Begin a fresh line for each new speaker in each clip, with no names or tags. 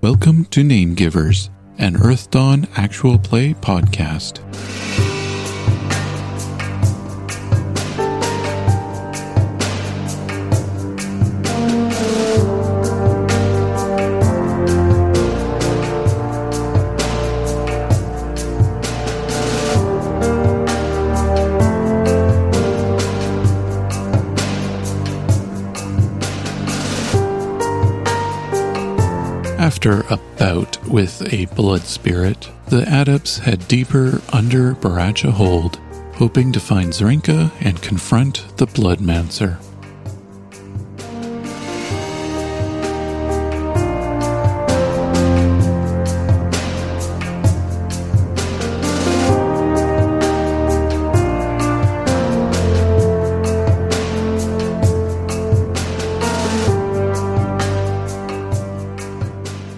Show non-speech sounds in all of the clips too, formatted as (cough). Welcome to Name Givers, an Earth Dawn actual play podcast. After a bout with a blood spirit, the adepts head deeper under Baracha Hold, hoping to find Zrinka and confront the Bloodmancer.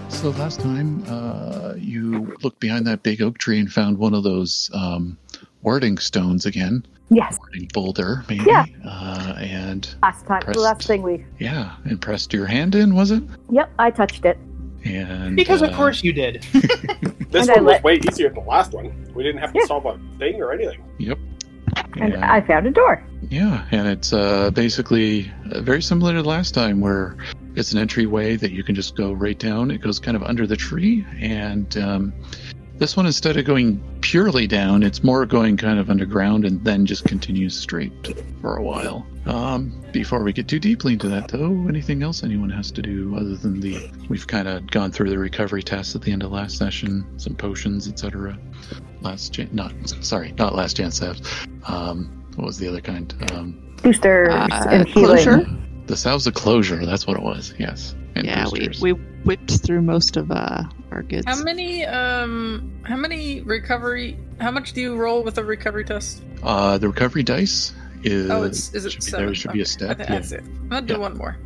So last time uh, you looked behind that big oak tree and found one of those um, warding stones again,
Yes,
warding boulder maybe.
Yeah.
Uh, and
last time,
Pressed.
the last thing we.
yeah, and pressed your hand in, was it?
Yep, I touched it.
And
Because of
uh,
course you did.
This
And I
one was
let-
way easier than the last one. We didn't have to
Yeah.
solve a thing or anything.
And
yeah,
I found a door.
yeah, and it's uh, basically uh, very similar to last time, where it's an entryway that you can just go right down. It goes kind of under the tree, and um, this one instead of going purely down, it's more going kind of underground and then just continues straight for a while. Um, before we get too deeply into that, though, anything else anyone has to do other than the we've kind of gone through the recovery tests at the end of last session, some potions, etc. Last chance, not sorry, not last chance theft. Um, what was the other kind? Um,
Boosters
Uh,
and healing.
closure?
the salves of closure. That's what it was. Yes. And
yeah, we,
boosters.
we whipped through most of uh, our goods.
How many um how many recovery how much do you roll with a recovery test?
Uh, the recovery dice is.
oh it's is it
Uh, should be-
seven?
There should be a
Okay,
step.
I think
yeah.
that's it. I'm gonna do
Yeah.
one more.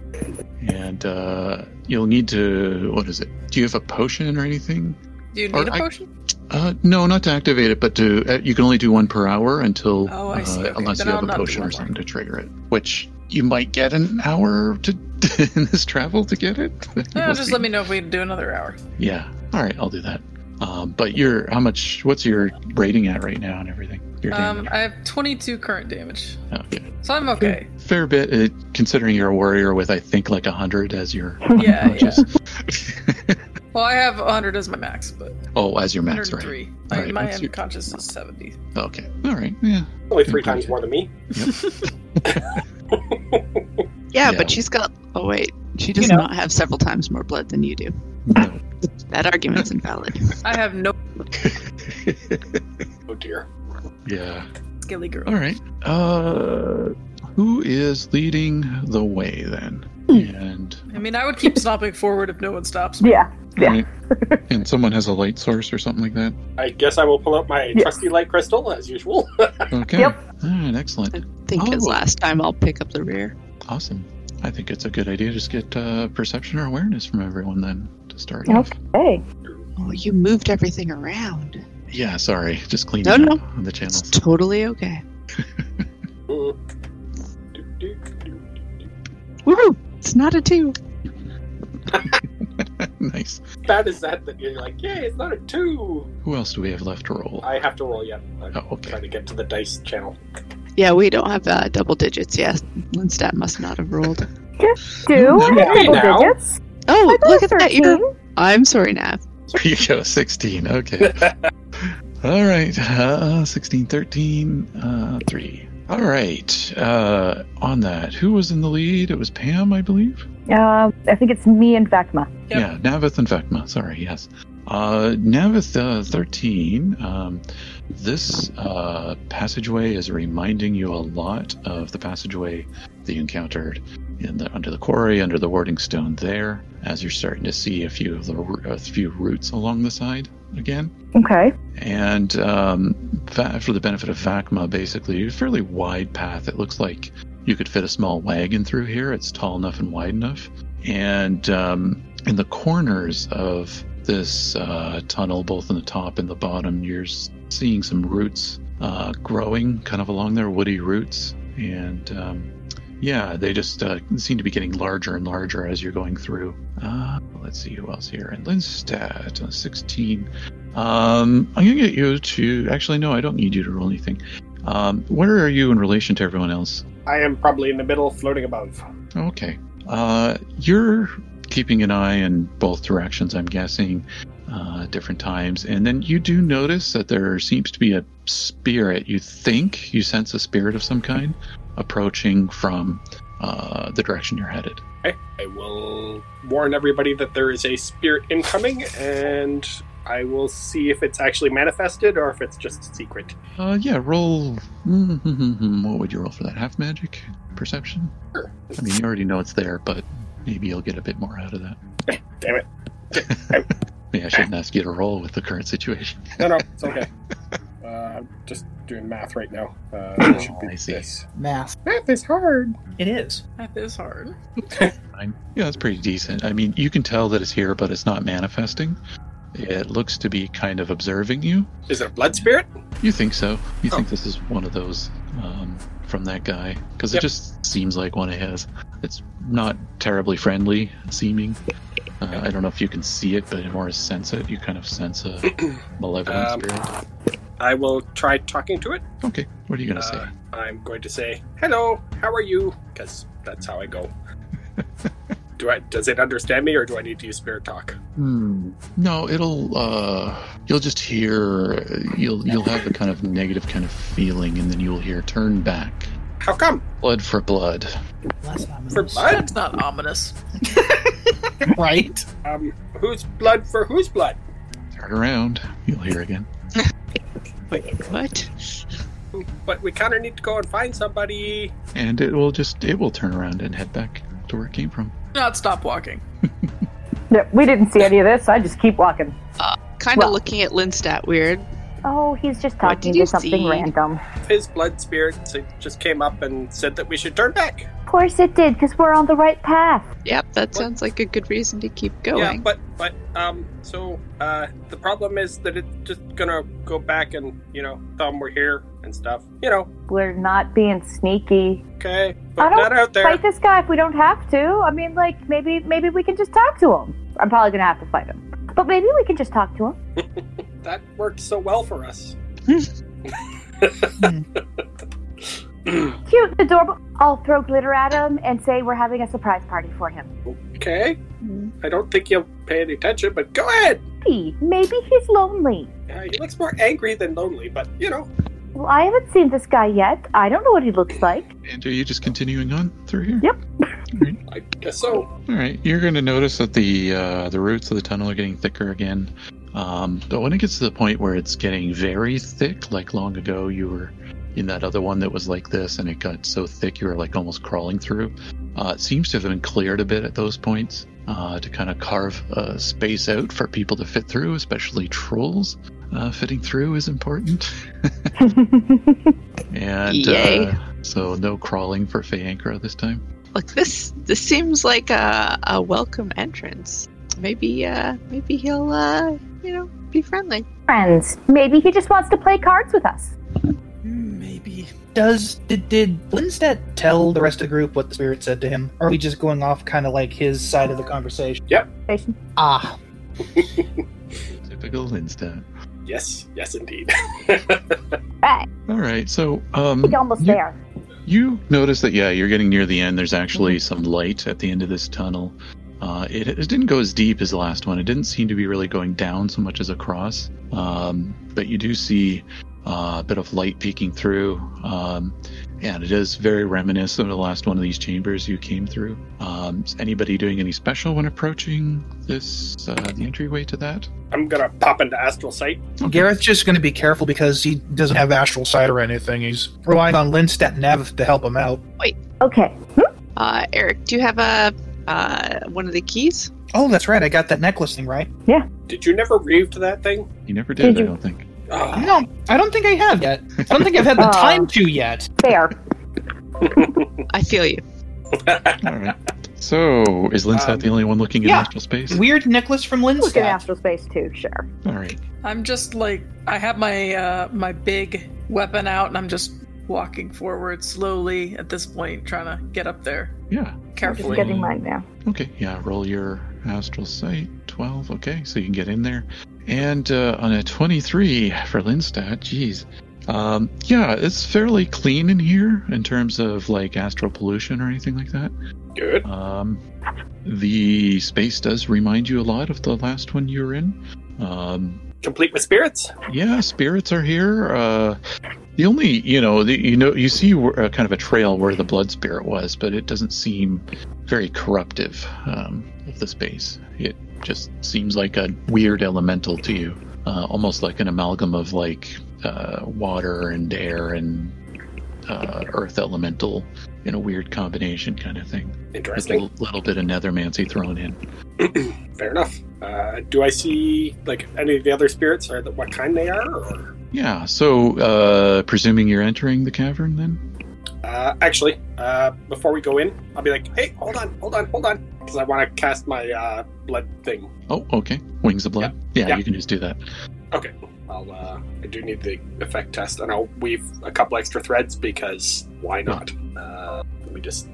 And uh, you'll need to. What is it? Do you have a potion or anything?
Do you
Or
need a
I-
potion?
Uh, no, not to activate it, but to uh, you can only do one per hour until
Oh, I see.
uh,
Okay,
unless
then
you
I'll
have
not
a
do
potion
one
or
more.
something to trigger it, which you might get an hour to (laughs) in this travel to get it. (laughs)
No,
We'll
Oh, just
see.
let me know if we do another hour.
Yeah. All right, I'll do that. Um, but you're how much? What's your rating at right now and everything? Your damage.
Um I have twenty two current damage.
okay.
So I'm okay.
Fair bit, uh, considering you're a warrior with I think like hundred as your (laughs)
yeah, yeah.
just-
Well I have hundred as my max, but
oh as your
hundred
max
and
right.
three. My,
Alright,
my
that's your-
unconscious is seventy.
Okay. All right. Yeah.
Only three times more than me.
yeah,
yeah.
but she's got. Oh wait, she does
know.
not have several times more blood than you do.
No.
That argument's invalid.
I have no
Oh dear.
yeah.
skilly girl.
All right. Uh, who is leading the way then? And
I mean I would keep stopping forward if no one stops me.
Yeah, yeah.
and someone has a light source or something like
(laughs)
that.
I guess I will pull up my
Yes.
trusty light crystal as usual. (laughs)
Okay.
Yep.
All right. Excellent.
think as
Oh.
last time I'll pick up the rear.
Awesome. I think it's a good idea. Just get uh, perception or awareness from everyone then to start. off.
Okay.
Oh, you moved everything around.
Yeah. Sorry. Just clean
No,
up
no.
on the
(laughs) It's
channels.
totally okay.
Mm. Do, do, do, do.
Woohoo! It's not a two.
nice.
Bad is that that you're like, yay, it's not a two.
Who else do we have left to roll?
I have to roll yet. I'm
Oh, okay. (laughs)
trying to get to the dice channel.
Yeah, we don't have uh, double digits. Yeah, Lindstad must not have (laughs) rolled.
Two
Mm,
okay,
double
now.
digits.
Oh,
I got
look at that!
13.
You're. I'm sorry, Nav.
There you go. 16. Okay. All right. Uh, 16, 13, uh, 3. All right. Uh, on that, who was in the lead? It was Pam, I believe.
Um, I think it's me and Vecma.
Yep.
Yeah, Navith and Vecma. Sorry, yes. Uh, Navith uh, 13. Um, this uh, passageway is reminding you a lot of the passageway that you encountered in the under the quarry, under the warding stone there, as you're starting to see a few of the ro- a few roots along the side again.
Okay.
And um, va- for the benefit of Vacma, basically, a fairly wide path. It looks like you could fit a small wagon through here. It's tall enough and wide enough. And um, in the corners of this uh, tunnel, both in the top and the bottom, you're s- seeing some roots uh, growing kind of along there, woody roots. And um, Yeah, they just uh, seem to be getting larger and larger as you're going through. Uh, let's see who else here. And Linstat, uh, 16. Um, I'm going to get you to. Actually, no, I don't need you to roll anything. Um, where are you in relation to everyone else?
I am probably in the middle, floating above.
Okay. Uh, you're keeping an eye in both directions, I'm guessing, uh, different times. And then you do notice that there seems to be a spirit. You think you sense a spirit of some kind approaching from uh, the direction you're headed.
Okay. I will warn everybody that there is a spirit incoming, and I will see if it's actually manifested or if it's just secret.
Uh, yeah, roll. (laughs) What would you roll for that? Half magic? Perception?
Sure.
I mean, you already know it's there, but maybe you'll get a bit more out of that.
(laughs) Damn it.
(laughs) Maybe I shouldn't ask you to roll with the current situation.
No, no, it's okay.
(laughs)
Uh, I'm just doing math right now. Uh, it should be
Oh, I see.
this.
Math.
Math is hard.
It is.
That is hard.
Fine. Yeah, that's pretty decent. I mean, you can tell that it's here, but it's not manifesting. It looks to be kind of observing you.
Is it a blood spirit?
You think so? You
Oh.
think this is one of those um, from that guy? Because
Yep.
it just seems like one it has. It's not terribly friendly seeming. Uh, I don't know if you can see it, but more sense it. You kind of sense
(clears throat)
a malevolent
Um,
spirit.
I will try talking to it.
Okay, what are you gonna say?
Uh, I'm going to say, "Hello, how are you?" Because that's how
(laughs)
I go. do I? Does it understand me, or do I need to use spirit talk?
Hmm. No, it'll. Uh, you'll just hear. You'll you'll have a kind of negative kind of feeling, and then you'll hear turn back.
How come?
Blood for blood.
Less ominous.
For blood?
That's not ominous.
Right.
Um, whose blood for whose blood?
Turn around. You'll hear again.
What?
But we kind of need to go and find somebody.
And it will just. It will turn around and head back to where it came from.
Do Not stop walking.
No, we didn't see any of this. I just keep walking.
Kind of
Well-
looking at Linstat weird.
Oh, he's just
What
talking
did you
to something
see?
random.
His blood spirit s- just came up and said that we should turn back.
Of course it did, because we're on the right path.
Yep, that sounds like a good reason to keep
Yeah,
going.
but but um, so uh, the problem is that it's just gonna go back and you know tell them we're here and stuff. You know,
We're not being sneaky.
okay, but
don't
not out there.
Fight this guy if we don't have to. I mean, like maybe maybe we can just talk to him. I'm probably gonna have to fight him, but maybe we can just talk to him.
That worked so well for us.
Cute, and adorable. I'll throw glitter at him and say we're having a surprise party for him.
Okay. I don't think you'll pay any attention, but go ahead.
Maybe, maybe he's lonely.
Uh, he looks more angry than lonely, but you know.
Well, I haven't seen this guy yet. I don't know what he looks (laughs) like.
And are you just continuing on through here?
Yep.
I guess so.
All right, you're going to notice that the uh, the roots of the tunnel are getting thicker again. Um, but when it gets to the point where it's getting very thick, like long ago, you were in that other one that was like this, and it got so thick you were like almost crawling through. Uh, it seems to have been cleared a bit at those points uh, to kind of carve uh, space out for people to fit through, especially trolls. Uh, fitting through is important, and
Yay.
uh, so no crawling for Fayankra this time.
Look, this this seems like a, a welcome entrance. Maybe uh maybe he'll uh you know be friendly.
Friends, maybe he just wants to play cards with us.
Maybe. Does did did Lindstedt tell the rest of the group what the spirit said to him? Or are we just going off kind of like his side of the conversation?
Station.
Ah,
Typical Lindstat.
Yes, yes, indeed. (laughs)
All right, so um,
He's almost
you,
there.
you notice that yeah, you're getting near the end. There's actually
Mm-hmm.
some light at the end of this tunnel. Uh, it, it didn't go as deep as the last one. It didn't seem to be really going down so much as across. Um, but you do see uh, a bit of light peeking through, um, and it is very reminiscent of the last one of these chambers you came through. Um, is anybody doing any special when approaching this uh, the entryway to that?
I'm gonna pop into astral sight.
Gareth's just going to be careful because he doesn't have astral sight or anything. He's relying on Lindstedt and Nav to help him out.
Okay.
Uh Eric, do you have a uh one of the keys?
Oh, that's right. I got that necklace thing right.
Did you never reeve to that thing?
You never
Did
did, I
you-
don't think.
Ah,
No, I don't think I have yet. I don't think I've had the
Aw.
time to yet.
Fair.
I feel you.
All right. So is Linsat
Um,
the only one looking in
yeah.
astral space?
Weird necklace from
Look at
Lindstedt.
astral space too. Sure.
All right.
I'm just like I have my uh my big weapon out and I'm just walking forward slowly at this point, trying to get up there
Yeah.
Just
carefully.
getting mine now.
Okay. Yeah. Roll your astral sight. 12. Okay. So you can get in there. And uh, on a 23 for Linstat, geez. Um, yeah, it's fairly clean in here in terms of like astral pollution or anything like that.
Good.
Um, the space does remind you a lot of the last one you were in. Um,
Complete with spirits.
yeah, spirits are here. Uh, the only, you know, the, you know, you see where- uh, kind of a trail where the blood spirit was, but it doesn't seem very corruptive um, of the space. It just seems like a weird elemental to you, uh, almost like an amalgam of like uh, water and air and uh, earth elemental in a weird combination kind of thing. With a
Interesting.
little, little bit of nethermancy thrown in.
Fair enough. Uh, do I see like any of the other spirits or the, what kind they are? Or,
Yeah. So, uh, presuming you're entering the cavern, then.
uh, actually, uh, before we go in, I'll be like, hey, hold on, hold on, hold on, because I want to cast my uh, blood thing.
Oh, okay. Wings of Blood. Yeah,
Yeah.
you can just do that.
I'll, uh, I do need the effect test, and I'll weave a couple extra threads because why not? Uh, let me just.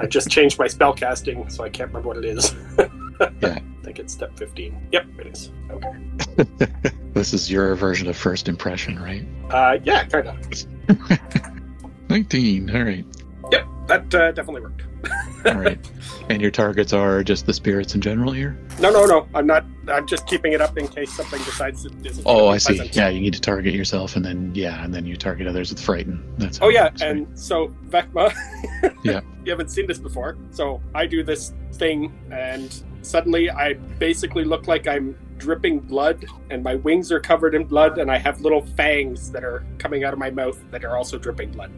I just changed my spell casting, so I can't remember what it is. (laughs)
Yeah.
I think it's step 15. Yep, it is. Okay.
This is your version of first impression, right?
Uh, yeah, kind of.
19. All right.
Yep, that uh, definitely worked.
All right. and your targets are just the spirits in general here?
No, no, no. I'm not. I'm just keeping it up in case something decides it isn't.
Oh,
gonna be
I see.
pleasant.
Yeah, you need to target yourself and then, yeah, and then you target others with Frighten. That's how
Oh
it
yeah,
works, right?
and so Vecma. (laughs)
Yeah.
You haven't seen this before. So I do this thing, and suddenly I basically look like I'm dripping blood, and my wings are covered in blood, and I have little fangs that are coming out of my mouth that are also dripping blood.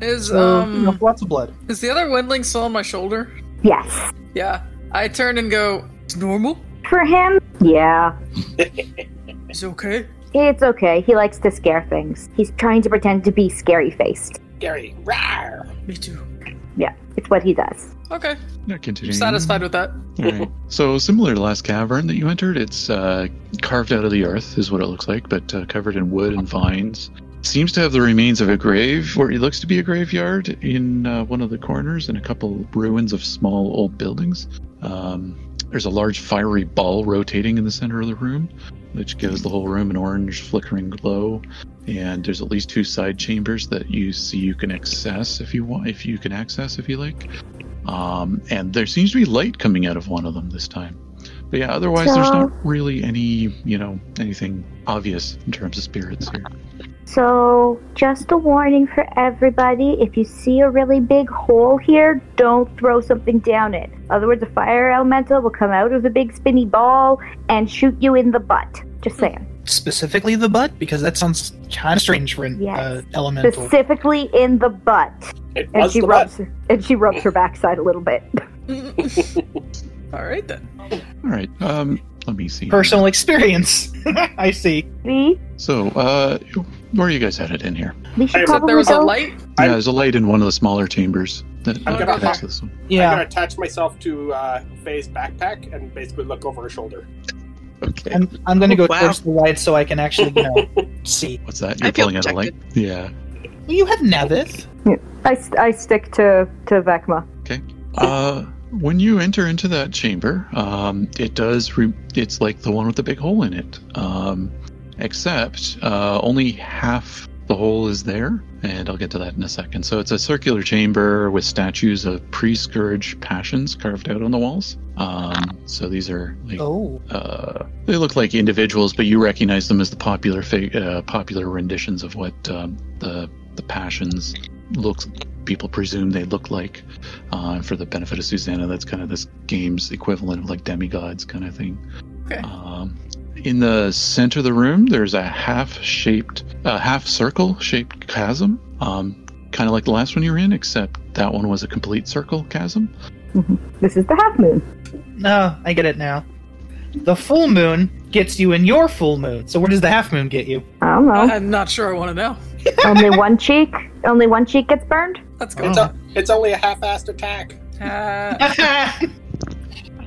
Is
So, you know,
um
lots of blood.
is the other windling still on my shoulder?
Yes.
Yeah. I turn and go. It's normal.
For him, yeah.
It's okay.
It's okay. He likes to scare things. He's trying to pretend to be scary faced.
Gary, rawr!
Me too.
It's what he does.
Okay.
Yeah,
I'm
continuing.
satisfied with that.
All right. So similar to the last cavern that you entered, it's uh, carved out of the earth, is what it looks like, but uh, covered in wood and vines. Seems to have the remains of a grave, or it looks to be a graveyard, in uh, one of the corners, and a couple ruins of small old buildings. Um, there's a large fiery ball rotating in the center of the room, which gives the whole room an orange flickering glow. And there's at least two side chambers that you see you can access if you want, if you can access if you like. Um, and there seems to be light coming out of one of them this time. But yeah, otherwise there's
So-
not really any, you know, anything obvious in terms of spirits here.
So, just a warning for everybody if you see a really big hole here, don't throw something down it. Otherwise, a fire elemental will come out of the big spinny ball and shoot you in the butt. Just saying.
Hmm.
Specifically the butt, because that sounds kind of strange for an
Yes.
uh, elemental.
Specifically in the butt.
It
And
was
she
the butt.
rubs and she rubs her backside a little bit.
All right then.
All right. Um, let me see.
Personal experience. (laughs) I see.
See?
So, uh, where are you guys headed in here?
We should
Hey, but
Except
probably
there was a
go-
light.
Yeah,
I-
there's a light in one of the smaller chambers that
I'm
uh,
gonna-
connects to this one.
I'm
Yeah.
gonna attach myself to uh, Faye's backpack and basically look over her shoulder.
Okay.
I'm, I'm going to go
Wow.
towards the light so I can actually, you know, see.
What's that?
I
You're
feel
pulling out a light? Yeah.
Well, you have Nevith.
I, st- I stick to, to Vecma.
Uh, when you enter into that chamber, um, it does. Re- it's like the one with the big hole in it. Um, except uh, only half the hole is there, and I'll get to that in a second. So it's a circular chamber with statues of pre-scourge passions carved out on the walls. Um, so these are like
Oh.
uh, they look like individuals, but you recognize them as the popular fa- uh, popular renditions of what um, the the passions looks people presume they look like. Uh, and for the benefit of Susanna, that's kind of this game's equivalent of like demigods kind of thing.
Okay.
Um, in the center of the room, there's a half-shaped, a half-circle-shaped chasm, um, kind of like the last one you were in, except that one was a complete circle chasm.
This is the half moon.
No, I get it now. The full moon gets you in your full moon. So where does the half moon get you? (laughs)
I don't
(laughs)
know.
I'm not sure I want to know.
only one cheek. Only one cheek gets burned.
Let's
Oh.
go.
It's, a, it's only a half-assed attack.
Uh,
I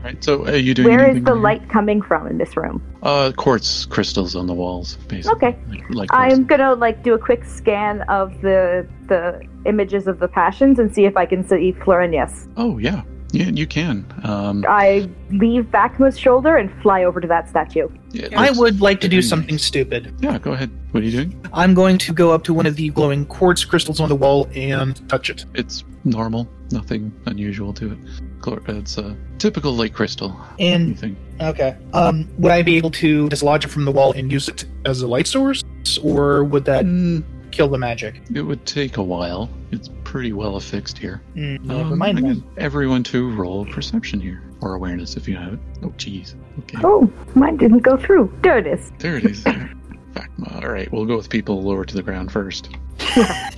right. So are you doing?
Where is
anything
the
here?
light coming from in this room?
Uh, quartz crystals on the walls, basically.
Okay.
Like, like
I'm
quartz.
gonna like do a quick scan of the the images of the passions and see if I can see Florinius.
Oh yeah, yeah, you can. Um,
I leave Bakhma's shoulder and fly over to that statue.
it
I
looks-
would like to do something stupid.
Yeah, go ahead. What are you doing?
I'm going to go up to one of the glowing quartz crystals on the wall and touch it.
It's normal. Nothing unusual to it. Chlor- It's a typical light crystal.
And
Anything.
okay, um, would I be able to dislodge it from the wall and use it as a light source, or would that
Mm,
kill the magic?
it would take a while. It's pretty well affixed here.
Mm,
Um,
never mind.
I
then.
need everyone to roll perception here or awareness if you have it. Oh, jeez. Okay,
Oh, mine didn't go through. There it is.
there it is. Phacma. All right, we'll go with people lower to the ground first.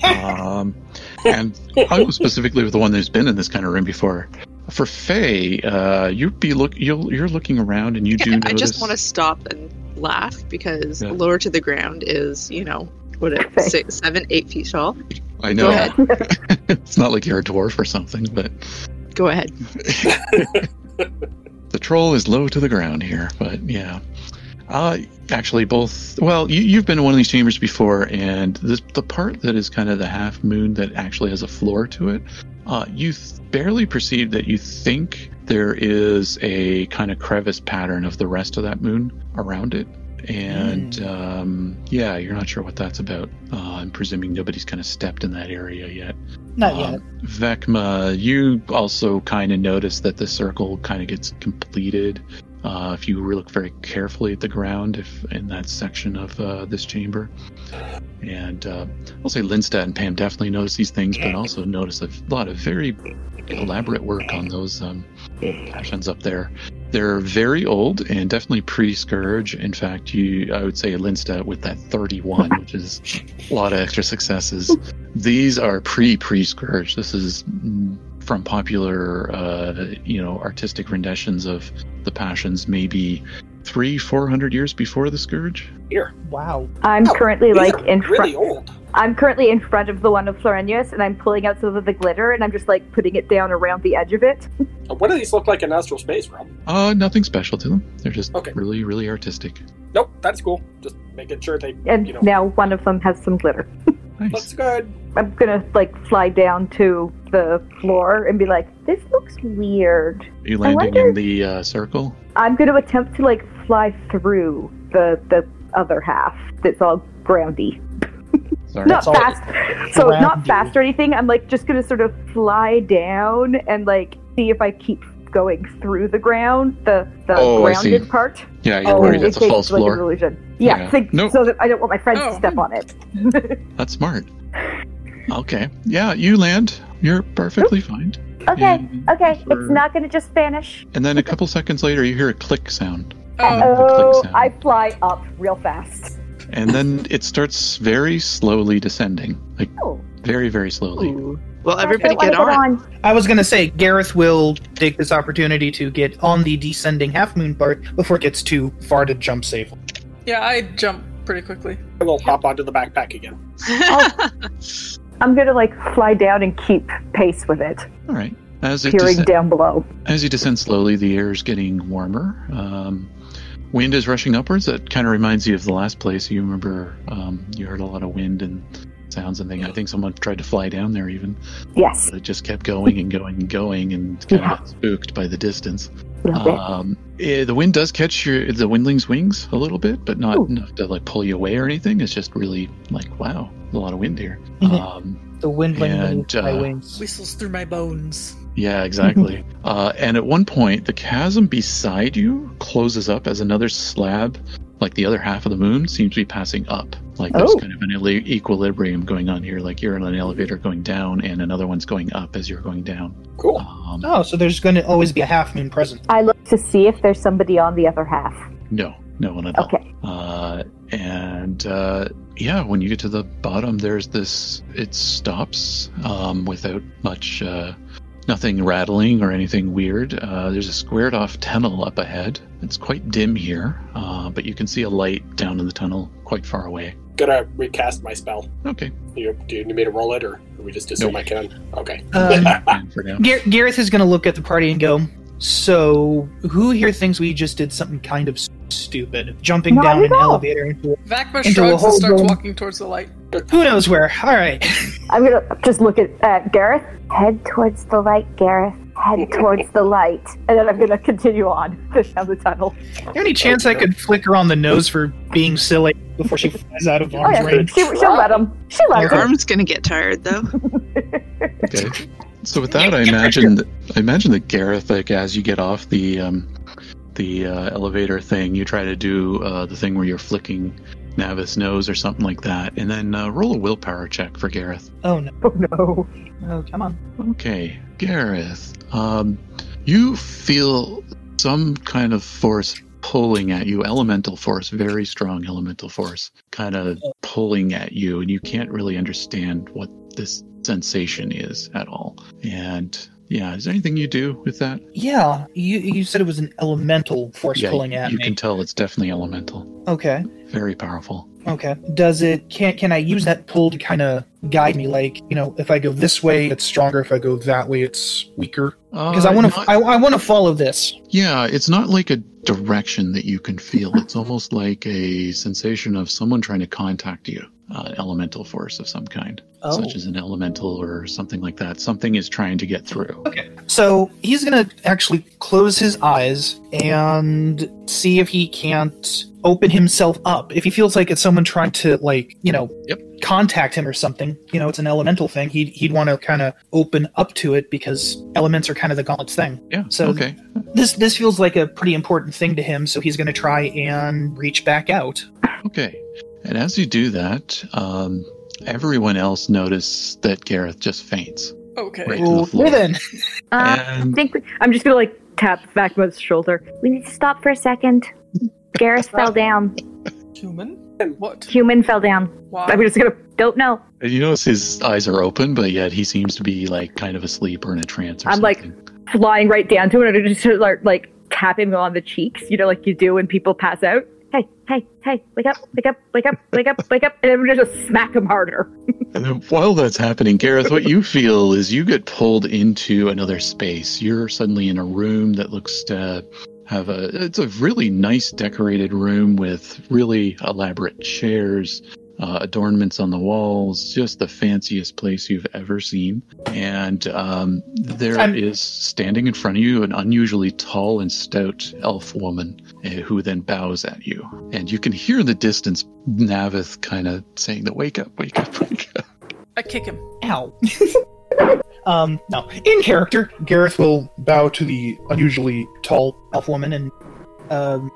um, and I'll go specifically with the one who's been in this kind of room before. For Faye, uh, you'd be look. You'll, you're looking around, and you do. Notice,
I just want to stop and laugh because
Yeah.
lower to the ground is, you know, what it
Okay.
six, seven, eight feet tall.
I
Go
know
ahead.
(laughs) it's not like you're a dwarf or something, but
Go ahead.
the troll is low to the ground here, but yeah. Uh, actually, both. Well, you, you've been in one of these chambers before, and this, the part that is kind of the half moon that actually has a floor to it, uh, you th- barely perceive that you think there is a kind of crevice pattern of the rest of that moon around it. And
Hmm.
um, yeah, you're not sure what that's about. Uh, I'm presuming nobody's kind of stepped in that area yet.
Not
Um,
yet.
Vecma, you also kind of notice that the circle kind of gets completed. Uh, if you re- look very carefully at the ground, if in that section of uh, this chamber, and uh, I'll say Lindstad and Pam definitely notice these things, but also notice a lot of very elaborate work on those um, passions up there. They're very old and definitely pre-scourge. In fact, you, I would say Lindstad with that 31, which is a lot of extra successes these are pre pre scourge this is mm, from popular uh, you know artistic renditions of the passions maybe three four hundred years before the scourge
Wow.
I'm
Oh,
currently
These
like
are
in front.
really old.
I'm currently in front of the one of Florinius, and I'm pulling out some of the glitter, and I'm just like putting it down around the edge of it.
What do these look like in astral space, Rob?
uh nothing special to them they're just
Okay.
really really artistic
Nope, that's cool. Just making sure they,
And
you know,
now one of them has some glitter.
looks
nice
good.
I'm gonna like fly down to the floor and be like, "This looks weird."
Are you landing
wonder-
in the uh, circle
I'm gonna attempt to like fly through the the other half that's all groundy.
sorry
Not
all-
fast, so not
Groundy.
fast or anything. I'm like just gonna sort of fly down and like see if I keep going through the ground, the the
Oh, I see.
grounded part.
yeah you're worried that's a
it's
false
Oh, like
floor
illusion. Yeah,
Yeah.
think-
Nope.
so that I don't want my friends
Oh.
to step on it.
that's smart okay yeah you land you're perfectly fine
Okay,
And
okay,
for-
it's not gonna just vanish.
and then a couple seconds later you hear a click sound
Oh,
Oh,
sound.
I fly up real fast.
and then it starts very slowly descending like
Oh,
very very slowly
Ooh. Well, everybody get on.
I was gonna say Gareth will take this opportunity to get on the descending half moon part before it gets too far to jump safely.
yeah, I jump pretty quickly.
I will hop onto the backpack again.
I'm gonna like fly down and keep pace with it,
All right. As it
peering
desc-
down below.
as you descend slowly, the air is getting warmer. Um, wind is rushing upwards. That kind of reminds you of the last place. You remember um, you heard a lot of wind and sounds and things. I think someone tried to fly down there even,
Yes,
but it just kept going and going and going and kind
Yeah.
of got spooked by the distance.
love it.
Um, eh, the wind does catch your the windling's wings a little bit, but not
Ooh.
enough to like pull you away or anything. It's just really like wow, a lot of wind here.
Mhm.
Um,
The wind blowing
And,
beneath my
uh,
wings.
Whistles through my bones.
Yeah, exactly.
(laughs)
uh, and at one point, the chasm beside you closes up as another slab, like the other half of the moon, seems to be passing up. Like there's
Oh.
kind of an ele- equilibrium going on here. Like you're in an elevator going down, and another one's going up as you're going down.
Cool.
Um,
Oh, so there's going to always be a half moon present.
I look to see if there's somebody on the other half.
No, no one at all.
Okay,
Uh, and uh, yeah, when you get to the bottom, there's this. It stops um, without much, uh, nothing rattling or anything weird. Uh, there's a squared-off tunnel up ahead. It's quite dim here, uh, but you can see a light down in the tunnel, quite far away.
Gonna recast my spell.
Okay,
You, do you need me to roll it, or we just assume I can? Okay.
Uh,
Um, (laughs)
and for now.
Gar- Gareth is going to look at the party and go, So, who here thinks we just did something kind of s- stupid? Jumping
Not
down
at
an
all.
elevator into
Vakma
Into a
shrugs and
whole
starts
room.
walking towards the light.
who knows where. All right.
I'm gonna just look at uh, Gareth. Head towards the light, Gareth. Head towards the light, and then I'm gonna continue on (laughs) down the tunnel.
Is there any chance I could flick her on the nose for being silly before she flies out of
Oh
arm's
yeah,
range?
she, she'll let him. She'll let
Your
him. (laughs)
arm's gonna get tired though.
Okay. So with that, I imagine that I imagine that Gareth, like as you get off the um, the uh, elevator thing, you try to do uh, the thing where you're flicking Navis nose or something like that, and then uh, roll a willpower check for Gareth.
Oh no.
Oh no.
Oh, come on.
Okay, Gareth, um, you feel some kind of force pulling at you, elemental force, very strong elemental force, kind of pulling at you, and you can't really understand what this sensation is at all. And yeah, is there anything you do with that?
Yeah, you you said it was an elemental force
yeah,
pulling at
you
me.
can tell it's definitely elemental,
Okay.
very powerful.
Okay. Does it can can I use that pull to kind of guide me? Like you know, if I go this way, it's stronger. If I go that way, it's weaker. Because I
Uh,
want to I, I want to follow this.
Yeah, it's not like a direction that you can feel. It's almost like a sensation of someone trying to contact you, uh, elemental force of some kind,
Oh.
such as an elemental or something like that. Something is trying to get through.
So he's gonna actually close his eyes and see if he can't open himself up. If he feels like it's someone trying to like you know
Yep.
contact him or something, you know, it's an elemental thing. He'd he'd want to kind of open up to it because elements are kind of the gauntlet's thing.
Yeah.
So-
okay.
This this feels like a pretty important thing to him, so he's gonna try and reach back out.
Okay. And as you do that, um, everyone else notice that Gareth just faints.
Okay.
Right. to the
Well,
floor.
then
Uh, I
and
think we, I'm just gonna like tap Vakma's shoulder. We need to stop for a second. Gareth fell down.
Human? What?
Human fell down.
Why?
I'm just gonna. Don't know.
and you notice his eyes are open, but yet he seems to be like kind of asleep or in a trance or
I'm like-
something.
Flying right down to it, and I just start like tapping on the cheeks. You know, like you do when people pass out. Hey, hey, hey! Wake up! Wake up! Wake up! Wake up! Wake up! And I'm gonna just smack him harder.
And then while that's happening, Gareth, what you feel is you get pulled into another space. You're suddenly in a room that looks to have a. It's a really nice decorated room with really elaborate chairs, uh, adornments on the walls, just the fanciest place you've ever seen. And um, there is
I'm-
standing in front of you an unusually tall and stout elf woman uh, who then bows at you. And you can hear in the distance Navith kind of saying, "The wake up, wake up, wake up."
I kick him.
Ow. um, no. In character, Gareth will bow to the unusually tall elf woman and um,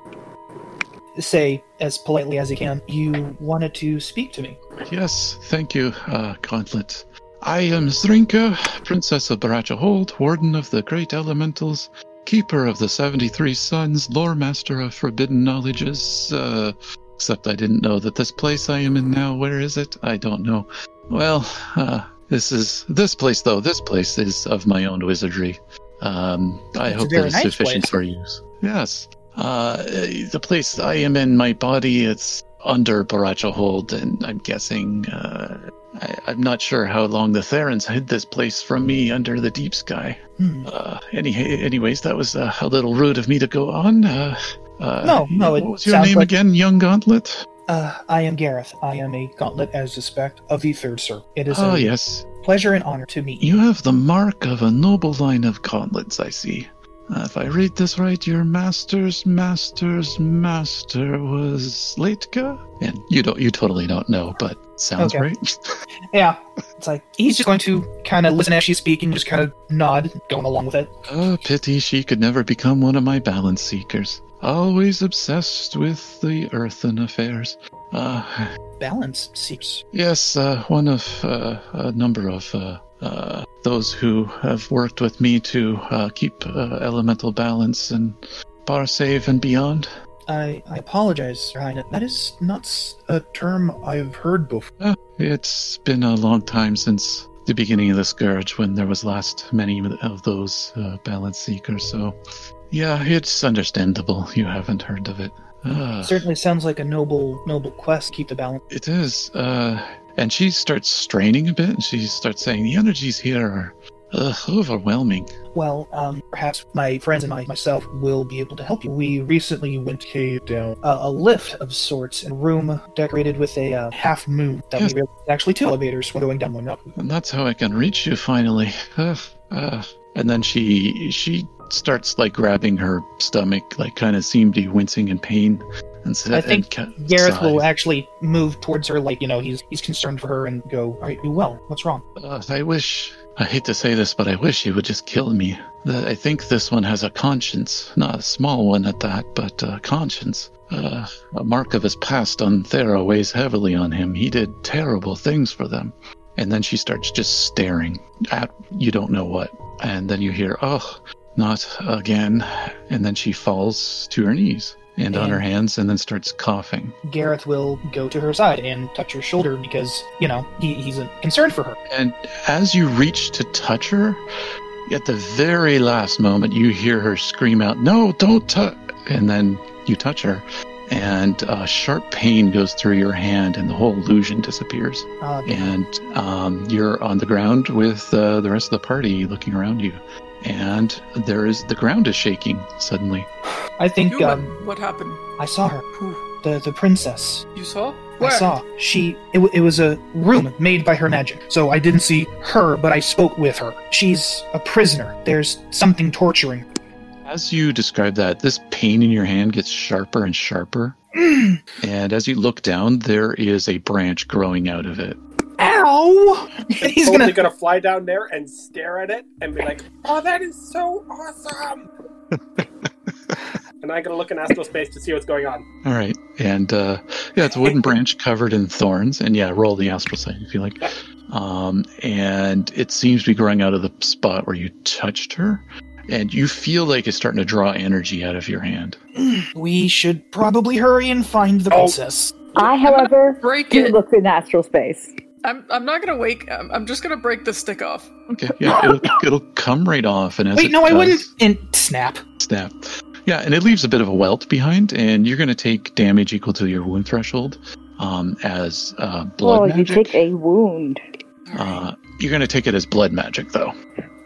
say as politely as he can, You wanted to speak to me.
Yes, thank you, uh, Gauntlet. I am Zrinka, Princess of Baracha Hold, Warden of the Great Elementals, Keeper of the 73 Suns, Lore Master of Forbidden Knowledges. Uh, except I didn't know that this place I am in now, where is it? I don't know. Well, uh, this is. This place, though, this place is of my own wizardry. Um, I
It's a
hope
very
that is
nice
sufficient
place.
for use. Yes. Uh, the place I am in, my body, it's under Baracha Hold, and I'm guessing, uh, I, I'm not sure how long the Therans hid this place from me under the deep sky.
Hmm.
Uh, any, anyways, that was uh, a little rude of me to go on. Uh, uh,
No, no, it
What was your
sounds
name
like-
again, young Gauntlet?
Uh, I am Gareth. I am a gauntlet as suspect of the Third Sir. It is
Oh,
a
yes.
pleasure and honor to meet you.
You have the mark of a noble line of gauntlets, I see. Uh, if I read this right, your master's master's master was Leitka? And you don't you totally don't know, but sounds
Okay.
right. (laughs)
Yeah. It's like he's just going to kind of listen as she's speaking, just kind of nod, going along with it.
Ah, pity she could never become one of my balance seekers. Always obsessed with the earthen affairs. Uh,
Balance seems.
Yes, uh, one of uh, a number of uh, uh, those who have worked with me to uh, keep uh, elemental balance and bar save and beyond.
I, I apologize, Your Highness. That is not s- a term I've heard before.
Uh, it's been a long time since the beginning of the scourge when there was last many of those uh, balance seekers. So, yeah, it's understandable you haven't heard of it. Ah.
Certainly sounds like a noble, noble quest. Keep the balance.
It is. Uh, and she starts straining a bit, and she starts saying, "The energies here are Ugh, overwhelming.
Well, um, perhaps my friends and I, myself will be able to help you. We recently went
Cave down.
uh, a lift of sorts, a room decorated with a uh, half moon. That
Yes.
we realized actually two elevators, one going down, one up.
And that's how I can reach you finally. Ugh, ugh. And then she she starts like grabbing her stomach, like kind of seemed to be wincing in pain. And said,
I think
and ca-
Gareth will
sighs.
actually move towards her, like you know, he's he's concerned for her, and go, "Are you well? What's wrong?"
Ugh, I wish. I hate to say this, but I wish he would just kill me. Th- I think this one has a conscience. Not a small one at that, but a conscience. Uh, a mark of his past on Thera weighs heavily on him. He did terrible things for them. And then she starts just staring at you don't know what. And then you hear, oh, not again. And then she falls to her knees and on
And-
her hands and then starts coughing.
Gareth will go to her side and touch her shoulder because you know he, he's uh, concerned for her.
And as you reach to touch her, at the very last moment, you hear her scream out, No, don't touch. And then you touch her, and uh, sharp pain goes through your hand, and the whole illusion disappears.
Uh,
And um, you're on the ground with uh, the rest of the party looking around you. And there is the ground is shaking suddenly.
I think
You,
um,
what, what happened?
I saw her,
Who?
the the princess.
You saw? Where?
I saw she. It, w- it was a room made by her magic, so I didn't see her, but I spoke with her. She's a prisoner. There's something torturing. her.
As you describe that, this pain in your hand gets sharper and sharper. and as you look down, there is a branch growing out of it.
Ow! (laughs) He's gonna.
totally gonna... fly down there and stare at it and be like, "Oh, that is so awesome!"
(laughs)
and I'm gonna look in astral space to see what's going on.
All right, and uh, yeah, it's a
(laughs)
wooden branch covered in thorns, and yeah, roll the astral sight if you like. Um, and it seems to be growing out of the spot where you touched her, and you feel like it's starting to draw energy out of your hand.
We should probably hurry and find the
Oh.
princess.
I, (laughs) however,
Break
do
it.
look through the astral space.
I'm, I'm not gonna wake. I'm, I'm just gonna break the stick off.
Okay,
(laughs)
yeah, it'll, it'll come right off, and as
Wait,
it
no, I
does-
wouldn't. And snap.
snap. Yeah, and it leaves a bit of a welt behind, and you're going to take damage equal to your wound threshold. Um, as uh, blood
oh,
magic,
you take a wound.
uh, you're going to take it as blood magic, though.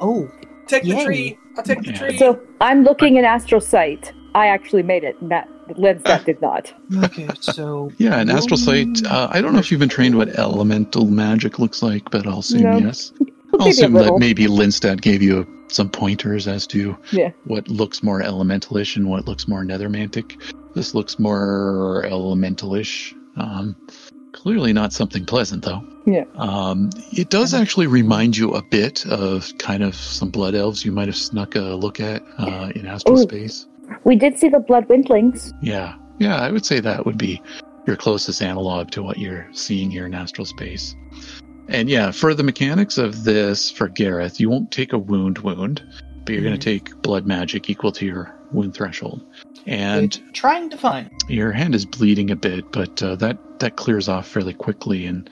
Oh,
Take the
Yay.
tree. I'll take the
Yeah.
tree.
So I'm looking in astral sight. I actually made it. Matt, Lenstat did not.
okay. So
Yeah, and astral sight. Uh, I don't know if you've been trained what elemental magic looks like, but I'll assume
No.
yes. I'll
(laughs) Maybe a
assume that
little.
maybe Linstad gave you some pointers as to
Yeah.
what looks more elementalish and what looks more nethermantic. This looks more elementalish. Um, clearly not something pleasant, though.
Yeah.
Um, it does actually remind you a bit of kind of some blood elves you might have snuck a look at uh, in astral
Ooh.
space.
We did see the blood windlings.
Yeah. Yeah, I would say that would be your closest analog to what you're seeing here in astral space. And yeah, for the mechanics of this for Gareth, you won't take a wound wound, but you're going
Mhm.
to take blood magic equal to your wound threshold.
we're
(laughs) And
trying to find.
your hand is bleeding a bit, but uh, that that clears off fairly quickly. And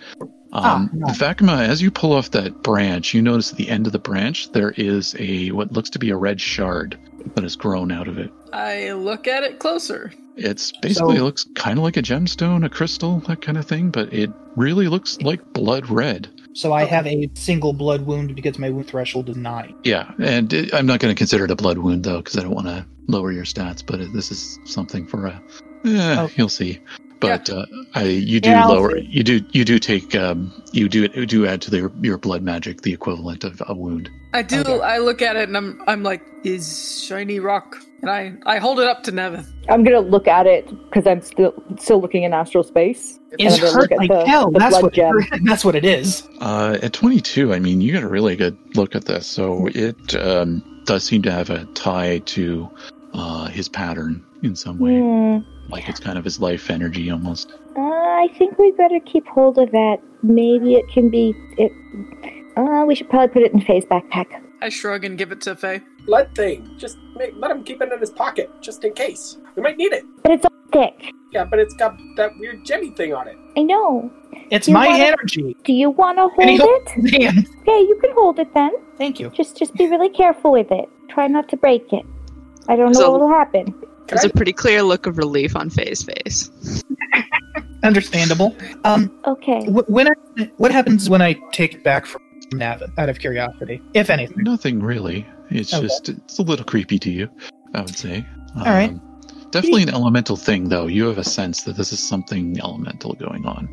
um,
Ah, no.
Vakma, as you pull off that branch, you notice at the end of the branch there is a what looks to be a red shard that has grown out of it.
I look at it closer.
It's basically
So-
looks kind of like a gemstone, a crystal, that kind of thing, but it really looks like blood red.
So I have a single blood wound because my wound threshold is nine.
Yeah, and it, I'm not going to consider it a blood wound though, because I don't want to lower your stats. But it, this is something for a. Eh,
Oh.
You'll see, but uh, I you do
Yeah, I'll
lower you do you do take um you do you do add to the, your blood magic the equivalent of a wound.
I do.
Okay.
I look at it and I'm I'm like, is shiny rock, and I I hold it up to Nevin.
I'm gonna look at it because I'm still still looking in astral space.
Is
And then
hurt
look at
like
the-
hell?
the
That's
blood
what.
gem.
(laughs) That's what it is.
Uh, at 22, I mean, you got a really good look at this. So it um, does seem to have a tie to uh, his pattern in some way.
Hmm,
Like it's kind of his life energy almost.
Uh, I think we better keep hold of that. Maybe it can be it. Uh, we should probably put it in Faye's backpack.
I shrug and give it to Faye.
Blood thing. Just make, let him keep it in his pocket, just in case. We might need it.
But it's all thick.
Yeah, but it's got that weird jemmy thing on it.
I know.
It's
You
my
wanna-
energy.
Do you want to
And he
hold it?
Man,
Yeah, you can hold it then.
thank you.
Just just be really careful with it. Try not to break it. I don't know
So-
what'll happen.
Can
There's
I,
a pretty clear look of relief on Faye's face.
Understandable. Um,
Okay.
wh- when I, what happens when I take it back from? Nav, out of curiosity, if anything.
Nothing really. It's
Okay.
just it's a little creepy to you, I would say. All
right.
Definitely an elemental thing, though. You have a sense that this is something elemental going on.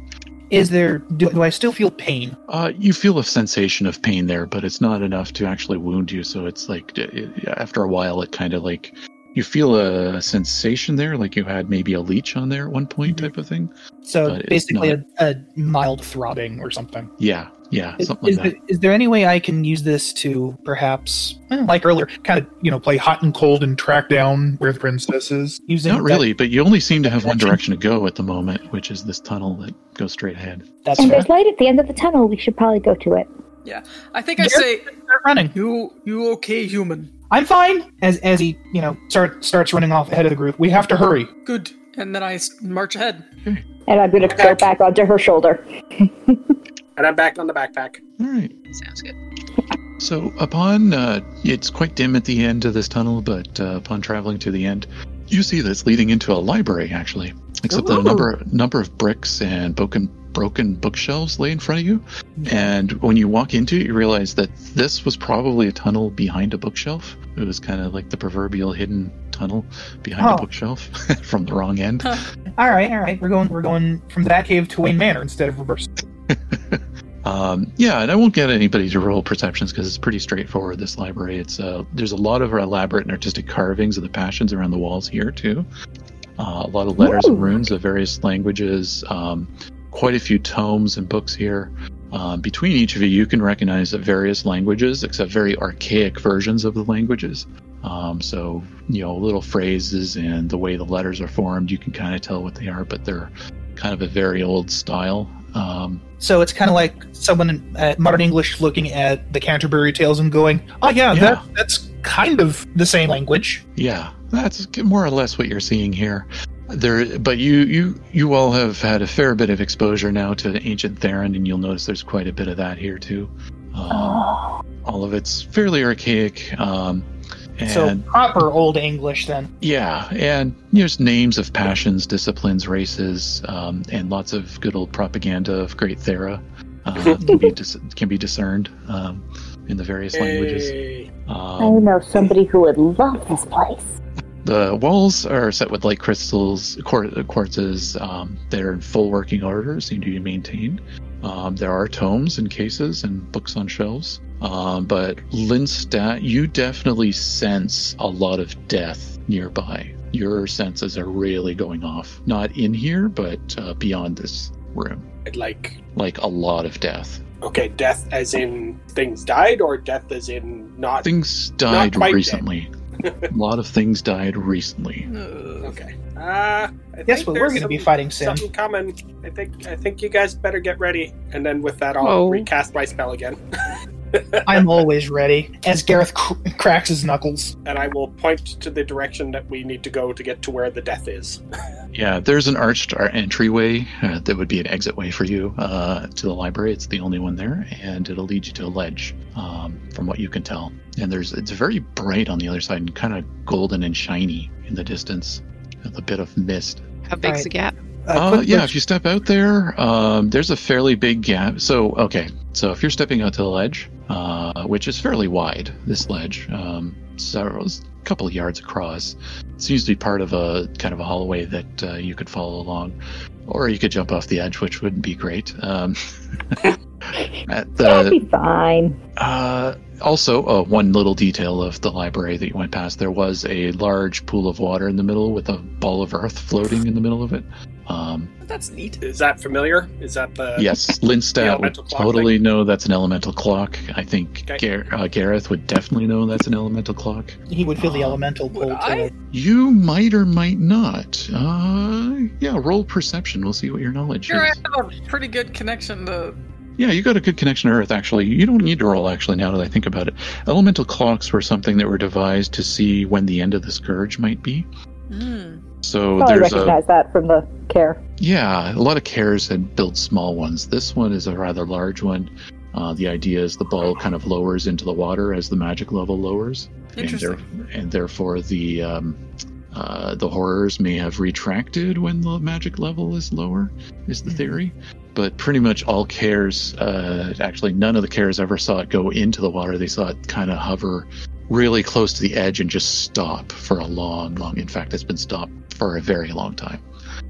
Is there? Do, do I still feel pain?
Uh, you feel a sensation of pain there, but it's not enough to actually wound you. So it's like it, after a while, it kind of like you feel a sensation there, like you had maybe a leech on there at one point,
Mm-hmm.
type of thing.
So
But Uh, it's
basically, a, a mild throbbing or something.
Yeah, yeah,
Is,
something
is
like that.
there- is there any way I can use this to perhaps, eh, like earlier, kind of you know play hot and cold and track down where the princess is? Using
Not
that-
really, but you only seem to have one
direction.
direction to go at the moment, which is this tunnel that goes straight ahead.
that's
And
fair.
there's light at the end of the tunnel. We should probably go to it.
I think I
You're-
say,
Start running.
"You, you okay, human?
I'm fine. As as he you know start starts running off ahead of the group. We have to hurry.
Good." And then I s- march ahead.
And I'm going to go back onto her shoulder.
And I'm back on the backpack.
All right.
Sounds good.
So, upon uh, it's quite dim at the end of this tunnel, but uh, upon traveling to the end, you see that's leading into a library actually. Except the
Ooh.
number number of bricks and broken broken bookshelves lay in front of you, and when you walk into it, you realize that this was probably a tunnel behind a bookshelf. It was kind of like the proverbial hidden tunnel behind
Oh.
a bookshelf (laughs) from the wrong end.
All right, all right. We're going we're going from that cave to Wayne Manor instead of reverse.
Um, yeah, and I won't get anybody to roll perceptions because it's pretty straightforward. This library, it's uh, there's a lot of elaborate and artistic carvings of the passions around the walls here too. Uh, a lot of letters and
Ooh.
runes of various languages. Um, quite a few tomes and books here. Um, between each of you, you can recognize the various languages, except very archaic versions of the languages. Um, so, you know, little phrases and the way the letters are formed, you can kind of tell what they are, but they're kind of a very old style. Um,
So it's kind of like someone in uh, modern English looking at the Canterbury Tales and going, "Oh yeah,
Yeah.
that that's kind of the same language."
Yeah, that's more or less what you're seeing here. There, but you you you all have had a fair bit of exposure now to ancient Theron, and you'll notice there's quite a bit of that here too. Um,
Oh,
all of it's fairly archaic, um, and
so proper old English then.
yeah, and there's names of passions, disciplines, races, um, and lots of good old propaganda of Great Thera uh, can be dis- can be discerned um, in the various languages.
Hey.
Um,
I know somebody who would love this place.
The walls are set with light crystals, quar- quartzes. Um, they're in full working order, seem to be maintained. Um, there are tomes and cases and books on shelves. Um, but Linstat, you definitely sense a lot of death nearby. Your senses are really going off. Not in here, but uh, beyond this room.
I'd like
Like a lot of death.
okay, death as in things died, or death as in not
Things died
quite dead. (laughs)
recently. a lot of things died recently.
Uh,
Okay. Uh, I
Yes, but
think
we're
there's
going to be
some-
fighting soon.
Something coming. I think. I think you guys better get ready. And then with that, I'll
Whoa.
recast my spell again,
I'm always ready. As Gareth cr- cracks his knuckles.
and I will point to the direction that we need to go to get to where the death is.
Yeah, there's an arched ar- entryway uh, that would be an exit way for you uh, to the library. It's the only one there, and it'll lead you to a ledge, um, from what you can tell. And there's it's very bright on the other side and kind of golden and shiny in the distance, with a bit of mist.
How big's
Alright.
the gap?
Uh,
quick
yeah,
look-
if you step out there, um, there's a fairly big gap. So, okay, so if you're stepping out to the ledge, uh, which is fairly wide, this ledge, um, several couple of yards across, it seems to be part of a kind of a hallway that uh, you could follow along, or you could jump off the edge, which wouldn't be great. Um, (laughs) at
That'd
the
be fine.
uh, also, uh, one little detail of the library that you went past, there was a large pool of water in the middle with a ball of earth floating in the middle of it. Um,
that's neat.
Is that familiar? Is that the?
Yes, Linstat would
elemental clock
totally know that's an elemental clock. I think
Okay.
Gar- uh, Gareth would definitely know that's an elemental clock.
He would feel the
Um,
elemental pull.
Would
to
I?
it.
You might or might not. Uh, yeah, roll perception. We'll see what your knowledge
Sure, I
is.
have a pretty good connection to.
Yeah, you got a good connection to Earth, actually. You don't need to roll, actually, now that I think about it. Elemental clocks were something that were devised to see when the end of the Scourge might be.
Mm.
So
Probably
Oh, there's a.
recognize that from the care.
Yeah, a lot of cares had built small ones. This one is a rather large one. Uh, the idea is the ball kind of lowers into the water as the magic level lowers, and, there,
Interesting.
and therefore the um, uh, the horrors may have retracted when the magic level is lower. Is the
Mhm.
theory? but pretty much all cares, uh, actually, none of the cares ever saw it go into the water. They saw it kind of hover really close to the edge and just stop for a long, long. In fact, it's been stopped for a very long time.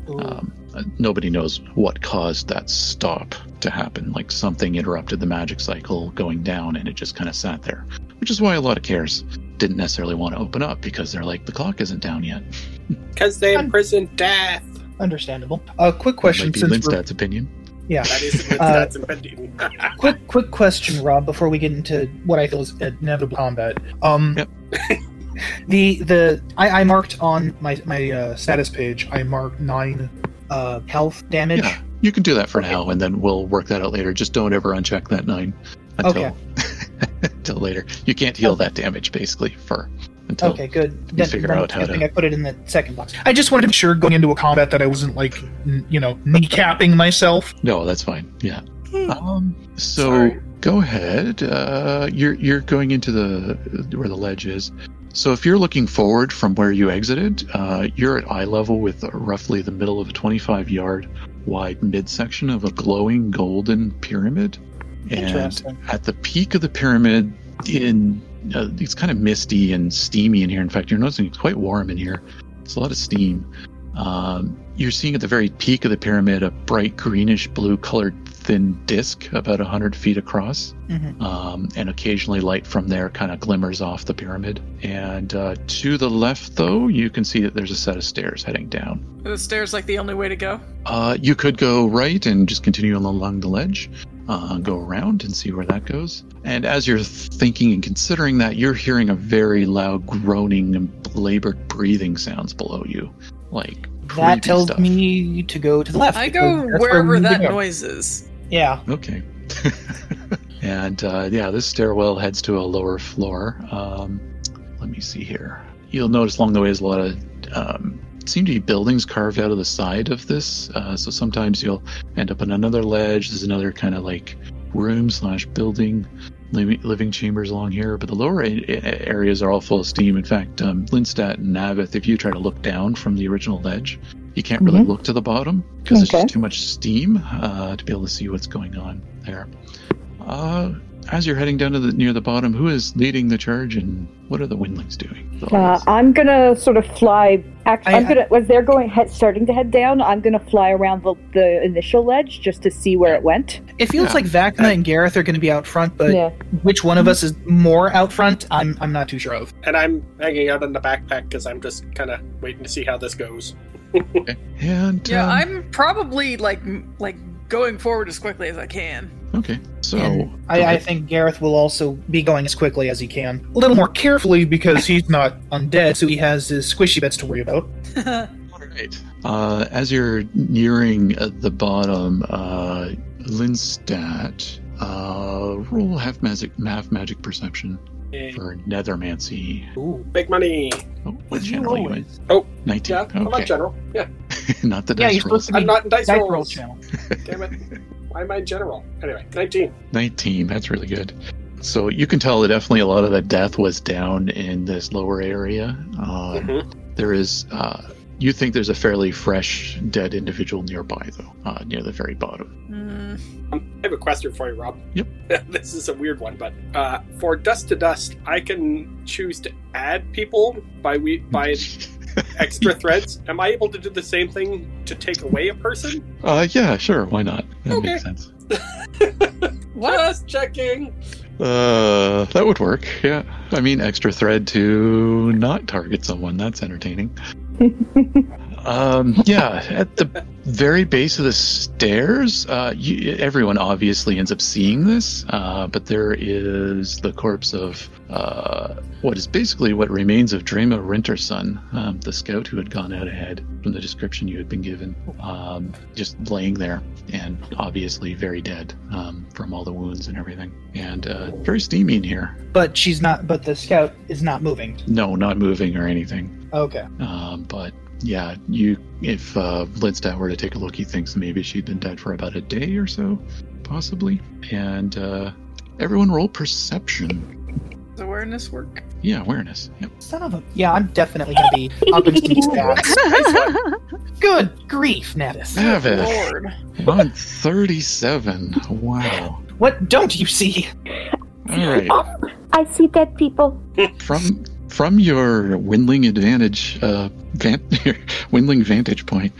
Um, uh, nobody knows what caused that stop to happen. Like something interrupted the magic cycle going down, and it just kind of sat there, which is why a lot of cares didn't necessarily want to open up because they're like the clock isn't down yet.
Because they imprisoned death.
Understandable. A uh, quick question,
Might be
since we're,
Lindstad's opinion.
yeah, (laughs)
That is
Uh,
that's impending. (laughs)
quick quick question, Rob, before we get into what I feel is inevitable combat. Um,
Yep.
(laughs) the the I, I marked on my my uh, status page. I marked nine uh, health damage.
Yeah, you can do that for
Okay.
now, and then we'll work that out later. Just don't ever uncheck that nine until
Okay.
(laughs) until later. You can't heal that damage basically for until
okay, good.
you
Then,
figure
then
out how
I think
to-
I put it in the second box. I just wanted to be sure going into a combat that I wasn't like n- you know kneecapping myself.
no, that's fine. Yeah. Um. So
Sorry.
go ahead. Uh, you're you're going into the where the ledge is. So if you're looking forward from where you exited, uh, you're at eye level with roughly the middle of a 25 yard wide midsection of a glowing golden pyramid. And
Interesting.
at the peak of the pyramid in uh, it's kind of misty and steamy in here in fact you're noticing it's quite warm in here it's a lot of steam um, you're seeing at the very peak of the pyramid a bright greenish blue colored thin disk about 100 feet across
Mhm.
um, and occasionally light from there kind of glimmers off the pyramid and uh, to the left though you can see that there's a set of stairs heading down
Are the stairs like the only way to go?
uh, you could go right and just continue along the ledge, uh, go around and see where that goes. And as you're thinking and considering that, you're hearing a very loud groaning and labored breathing sounds below you, like creepy
That tells
stuff.
me to go to the left.
I
because
go
that's where we
wherever
need to
that
go.
noise is.
Yeah.
Okay. and uh, yeah, this stairwell heads to a lower floor. Um, let me see here. You'll notice along the way is a lot of um, seem to be buildings carved out of the side of this. Uh, so sometimes you'll end up on another ledge. There's another kind of like room slash building. Living, living chambers along here, but the lower a- a- areas are all full of steam. In fact, um, Lindstadt and Navith, if you try to look down from the original ledge, you can't really look to the bottom because there's
Okay.
just too much steam uh, to be able to see what's going on there. Uh, as you're heading down to the near the bottom, who is leading the charge and what are the windlings doing?
Uh, I'm gonna sort of fly. Act,
I-
I'm gonna as they're going head, starting to head down. I'm gonna fly around the, the initial ledge just to see where it went.
It feels
Yeah.
like Vakna and Gareth are going to be out front, but
yeah,
which one of us is more out front, I'm I'm not too sure of.
and I'm hanging out in the backpack because I'm just kind of waiting to see how this goes.
and
Yeah,
um,
I'm probably like m- like going forward as quickly as I can.
okay. So
And I, I think Gareth will also be going as quickly as he can, a little more
(laughs)
carefully because he's not undead, so he has his squishy bits to worry about.
All right. Uh, as you're nearing uh, the bottom, uh, Linstat, uh, roll half magic, half magic perception
Eh,
for Nethermancy.
Ooh,
Big money.
Oh, what channel are you in?
Oh,
19.
Yeah, I'm not
okay.
general. Yeah,
(laughs) not the
Yeah,
dice
you're
rolls.
supposed to be
I'm not in dice,
dice roll
rolls.
channel.
Damn it. Why am I in general? Anyway, 19.
19 that's really good so you can tell that definitely a lot of the death was down in this lower area um,
Mhm.
there is uh, you think there's a fairly fresh dead individual nearby though uh, near the very bottom
Mm,
Um, I have a question for you, Rob.
Yep.
(laughs) this is a weird one, but uh, for dust to dust, I can choose to add people by we by extra threads. Am I able to do the same thing to take away a person?
(laughs) uh, yeah sure why not that
Okay.
makes sense
what?
Just checking.
uh, that would work yeah i mean extra thread to not target someone that's entertaining Um, yeah, at the very base of the stairs, uh, you, everyone obviously ends up seeing this, uh, but there is the corpse of uh, what is basically what remains of Drema Renterson, um, the scout who had gone out ahead from the description you had been given, um, just laying there and obviously very dead um, from all the wounds and everything. And uh, very steamy in here.
But she's not. But the scout is not moving.
No, not moving or anything.
Okay.
Um, but yeah, you if uh, Lindstad were to take a look, he thinks maybe she'd been dead for about a day or so, possibly. And uh, everyone roll perception.
Does awareness work?
Yeah, awareness. Yep.
Son of a. Yeah, I'm definitely gonna be up in Steve's back. Good grief, Navis.
Navis,
Lord.
on 37. Wow.
What don't you see?
All right.
I see dead people.
From from your windling advantage, uh, van- (laughs) your windling vantage point,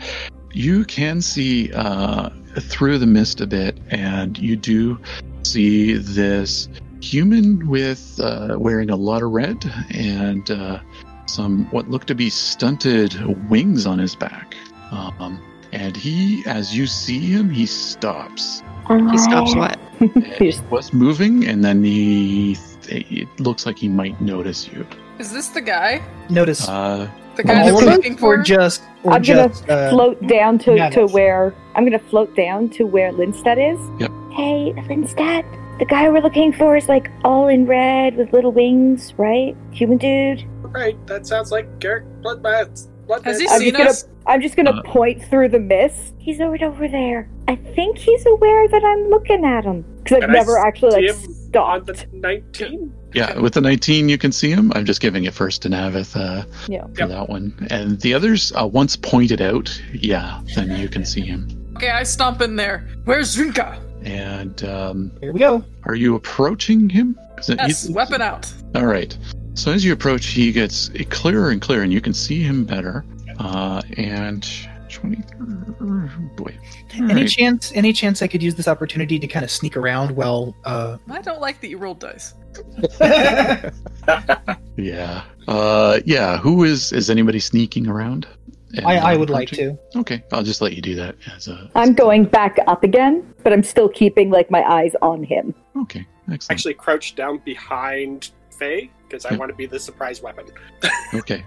you can see uh, through the mist a bit, and you do see this human with uh, wearing a lot of red and uh, some what look to be stunted wings on his back. Um, and he, as you see him, he stops
Uh,
He stops what?
He just-
was moving, and then he. It looks like he might notice you.
Is this the guy?
Notice
Uh,
The guy
all
that's
of it,
looking for
or just or
I'm gonna
just uh,
float down to,
Navis.
to where I'm gonna float down to where Lindstedt is.
Yep.
Hey, Lindstedt, the guy we're looking for is like all in red with little wings, right? Human dude.
Right, that sounds like Garrick Bloodbath.
Has he
I'm
seen
just gonna-
us?
I'm just gonna
Uh.
point through the mist. He's right over there. I think he's aware that I'm looking at him because I've
And I
never actually
see
like
him on
stopped.
the 19?
yeah, with the 19, you can see him. I'm just giving it first to Navith uh,
Yeah.
for that one. And the others, uh, once pointed out, yeah, then you can see him.
Okay, I stomp in there. Where's Zrinka?
And um,
here we go.
are you approaching him? Is it-
Yes,
he's-
weapon out.
All right. So as you approach, he gets clearer and clearer, and you can see him better. Uh, and 20. Boy. All
Any
right.
chance any chance I could use this opportunity to kind of sneak around while
(laughs)
uh (laughs)
I don't like that you rolled dice.
Yeah. Uh, yeah. Who is is anybody sneaking around? And
I, I
not
would like
approaching?
to.
Okay, I'll just let you do that as a.
I'm going back up again, but I'm still keeping like my eyes on him.
Okay, excellent.
Actually, crouched down behind Faye because I
Yeah.
want to be the surprise weapon.
Okay.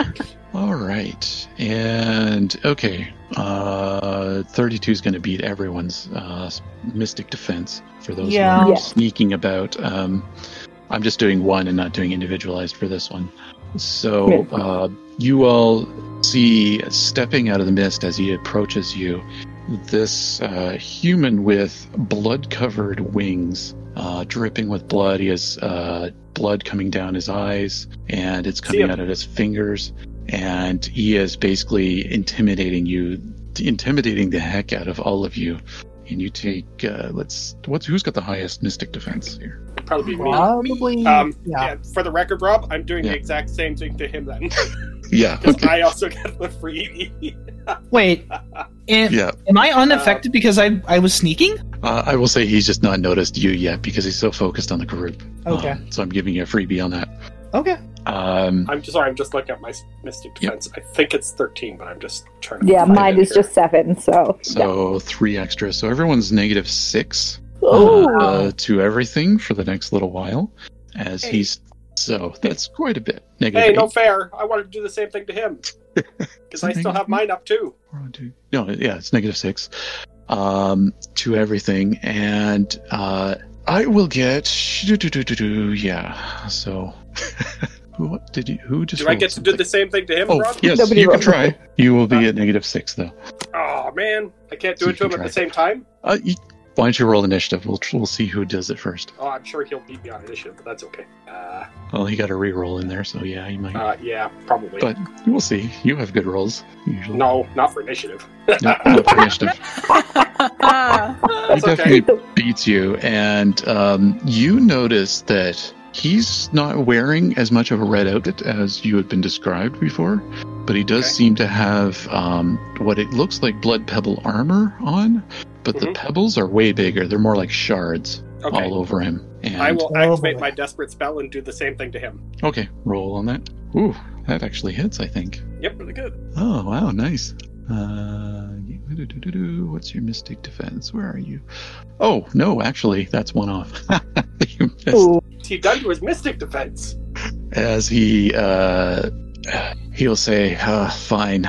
(laughs) All right. And okay. Uh, 32 is going to beat everyone's uh, mystic defense for those
Yeah.
who are
Yeah.
sneaking about. Um, I'm just doing one and not doing individualized for this one. So uh, you all see stepping out of the mist as he approaches you this uh, human with blood covered wings, uh, dripping with blood. He has uh, blood coming down his eyes and it's coming
him.
out of his fingers. And he is basically intimidating you, intimidating the heck out of all of you. And you take, uh, let's, what's, who's got the highest mystic defense here?
Probably be me.
Probably
Um,
yeah.
Yeah, for the record, Rob, I'm doing
Yeah.
the exact same thing to him then. (laughs)
Yeah.
Because I also get the free. (laughs)
Wait. Am,
Yeah.
am I unaffected because I I was sneaking?
Uh, I will say he's just not noticed you yet because he's so focused on the group.
Okay.
Um, so I'm giving you a freebie on that.
Okay.
Um,
I'm just sorry, I'm just looking at my mystic
Yep.
defense. I think it's 13, but I'm just trying to.
Yeah,
find
mine
it
is
here.
just seven, so.
so three extra. So everyone's negative six.
Oh,
Ooh.
uh, to everything for the next little while, as
Hey.
he's so that's quite a bit.
Hey,
Negative
no
eight.
fair. I wanted to do the same thing
(laughs)
to him. Because I still have mine up too.
We're on two- no, yeah, it's negative six um, to everything, and uh, I will get do, do, do, do, do, yeah. So (laughs) who what did you who just
Do I
rolled
get to do
something?
the same thing to him,
Oh
Rob?
yes,
Nobody
you can
rolled.
try. You will be at negative six though.
Oh, man. I can't do
You
it to
can
him at
try.
the same time?
Uh, you, why don't you roll initiative? We'll we'll see who does it first.
Oh, I'm sure he'll beat me on initiative, but that's okay. Uh,
Well, he got a re-roll in there, so yeah, he might.
uh, yeah, probably.
But- we'll see. You have good rolls usually.
no, not for initiative.
no not for initiative.
(laughs) That's
he
okay.
definitely beats you, and um, you notice that he's not wearing as much of a red outfit as you had been described before, but he does
Okay.
seem to have um, what it looks like blood pebble armor on, but the
Mhm.
pebbles are way bigger. They're more like shards
Okay.
all over him. And,
I will
Oh,
activate
boy.
my desperate spell and do the same thing to him.
Okay, roll on that. Ooh, that actually hits, I think.
Yep.
really good.
Oh, wow, nice. Uh, do-do-do-do-do. what's your mystic defense? Where are you? Oh, no, actually, that's one off. (laughs) you missed.
Ooh.
He done to his mystic defense.
As he, uh, he'll say, uh, fine,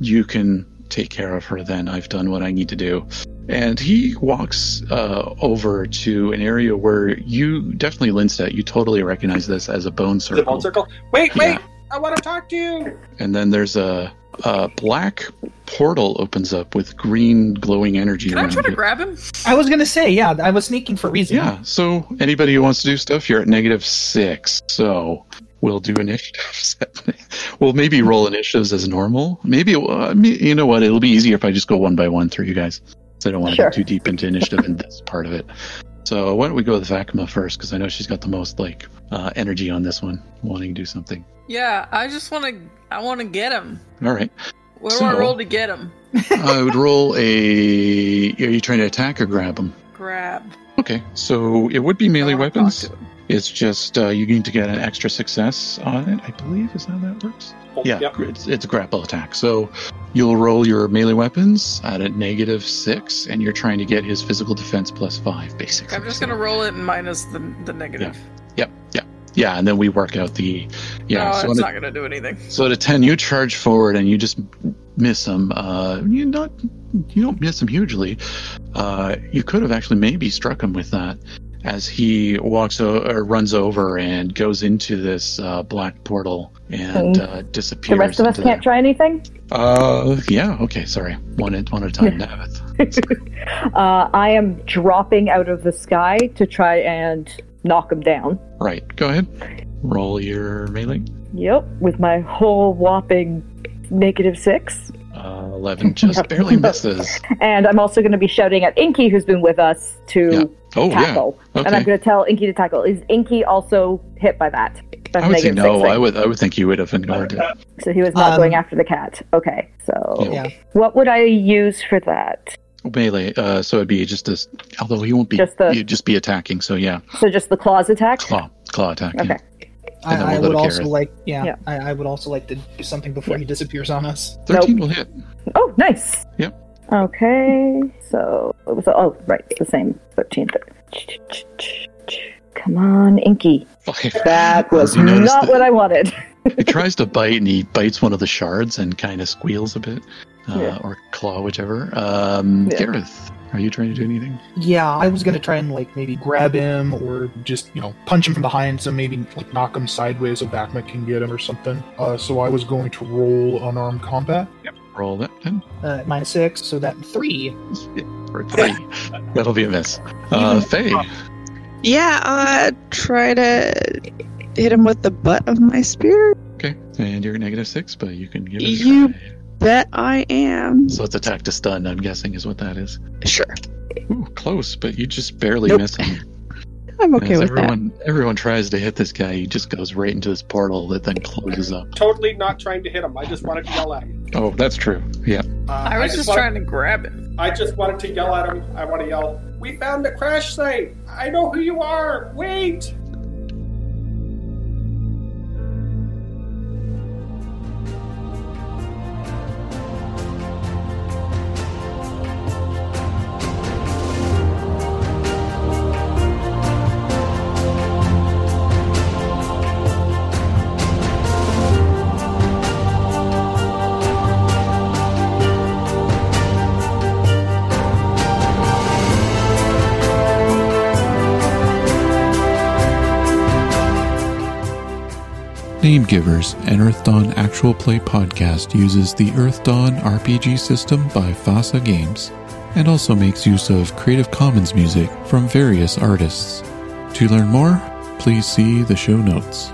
you can take care of her then. I've done what I need to do. And he walks uh, over to an area where you definitely, Lindstedt, you totally recognize this as a bone
Is it
circle.
bone circle? Wait,
Yeah.
wait! I want to talk to you!
and then there's a, a black portal opens up with green glowing energy
Can I
around
try to
it.
grab him?
I was gonna say, yeah, I was sneaking for a reason.
yeah so anybody who wants to do stuff you're at negative six so we'll do initiatives. (laughs) we'll maybe roll initiatives as normal. Maybe uh, me- you know what? It'll be easier if I just go one by one through you guys. So I don't want to
Sure.
get too deep into initiative in this part of it. So why don't we go with Vakma first? Because I know she's got the most like uh, energy on this one, wanting to do something.
Yeah, I just want to. I want to get him.
All right.
What do I
So-
roll to get him?
I would roll a. Are you trying to attack or grab him?
Grab.
Okay, so it would be melee
I wanna talk
weapons.
to him.
It's just uh, you need to get an extra success on it, I believe, is how that works. Yeah,
Yep.
it's, it's a grapple attack. So you'll roll your melee weapons at a negative six, and you're trying to get his physical defense plus five, basically.
I'm just gonna roll it and minus the the negative.
Yeah, and then we work out the. Yeah,
no,
so, on
it's
a-
not gonna do anything.
so at a 10, you charge forward and you just miss him. Uh, you not you don't miss him hugely. Uh, you could have actually maybe struck him with that as he walks o- or runs over and goes into this uh, black portal and
Hmm.
uh,
The
disappears.
rest of us
into the-
can't try anything.
Uh, yeah. Okay. Sorry. One at one at a time. Navith.
Uh, I am dropping out of the sky to try and knock him down.
Right. Go ahead. Roll your melee.
Yep, with my whole whopping negative six.
Uh,
(laughs)
Eleven just barely misses.
And I'm also going to be shouting at Inky, who's been with us, to
Oh yeah.
tackle. And I'm
Okay.
going to tell Inky to tackle. Is Inky also hit by that? That's
I would say
negative six
no.
thing.
I would. I would think you would have ignored
Uh,
it.
So he was not
Um,
going after the cat. Okay, so
Yeah.
what would I use for that?
melee. Uh, so it'd be just this. Although he won't be,
Just the-
you'd just be attacking. So yeah,
So just the claws attack?
claw, claw attack. yeah.
Okay.
I,
then we'll
I
let
would
it
also
carry.
like, yeah,
Yeah.
I, I would also like to do something before he disappears on us.
Thirteen will hit.
Oh, nice.
Yep.
Okay, so it was. Oh, right, it's the same. Thirteen. Come on, Inky. That was
You noticed
not
that-
what I wanted.
he tries to bite, and he bites one of the shards, and kind of squeals a bit, uh,
Yeah.
or claw, whichever. Um,
Yeah.
Gareth, are you trying to do anything?
Yeah, I was gonna try and like maybe grab him or just you know punch him from behind, so maybe like knock him sideways so Backman can get him or something. Uh, so I was going to roll unarmed combat
Roll that then.
uh, minus six, so that three.
For three. That'll be a miss. Uh, Faye.
Yeah, uh, try to hit him with the butt of my spear.
Okay. And you're at negative six, but you can give it a
You-
try.
Bet I am.
So it's attack to stun, I'm guessing, is what that is.
Sure,
Ooh, close, but you just barely
Nope.
miss him.
I'm okay
As
with
everyone, everyone tries to hit this guy, he just goes right into this portal that then closes up.
Totally not trying to hit him. I just wanted to yell at him.
Oh, that's true. Yeah.
Uh,
I was
I
just
thought-
trying to grab him.
I just wanted to yell at him. I want to yell, We found the crash site! I know who you are! Wait!
Name Givers, an Earth Dawn actual play podcast, uses the Earth Dawn RPG system by FASA Games and also makes use of Creative Commons music from various artists. To learn more, please see the show notes.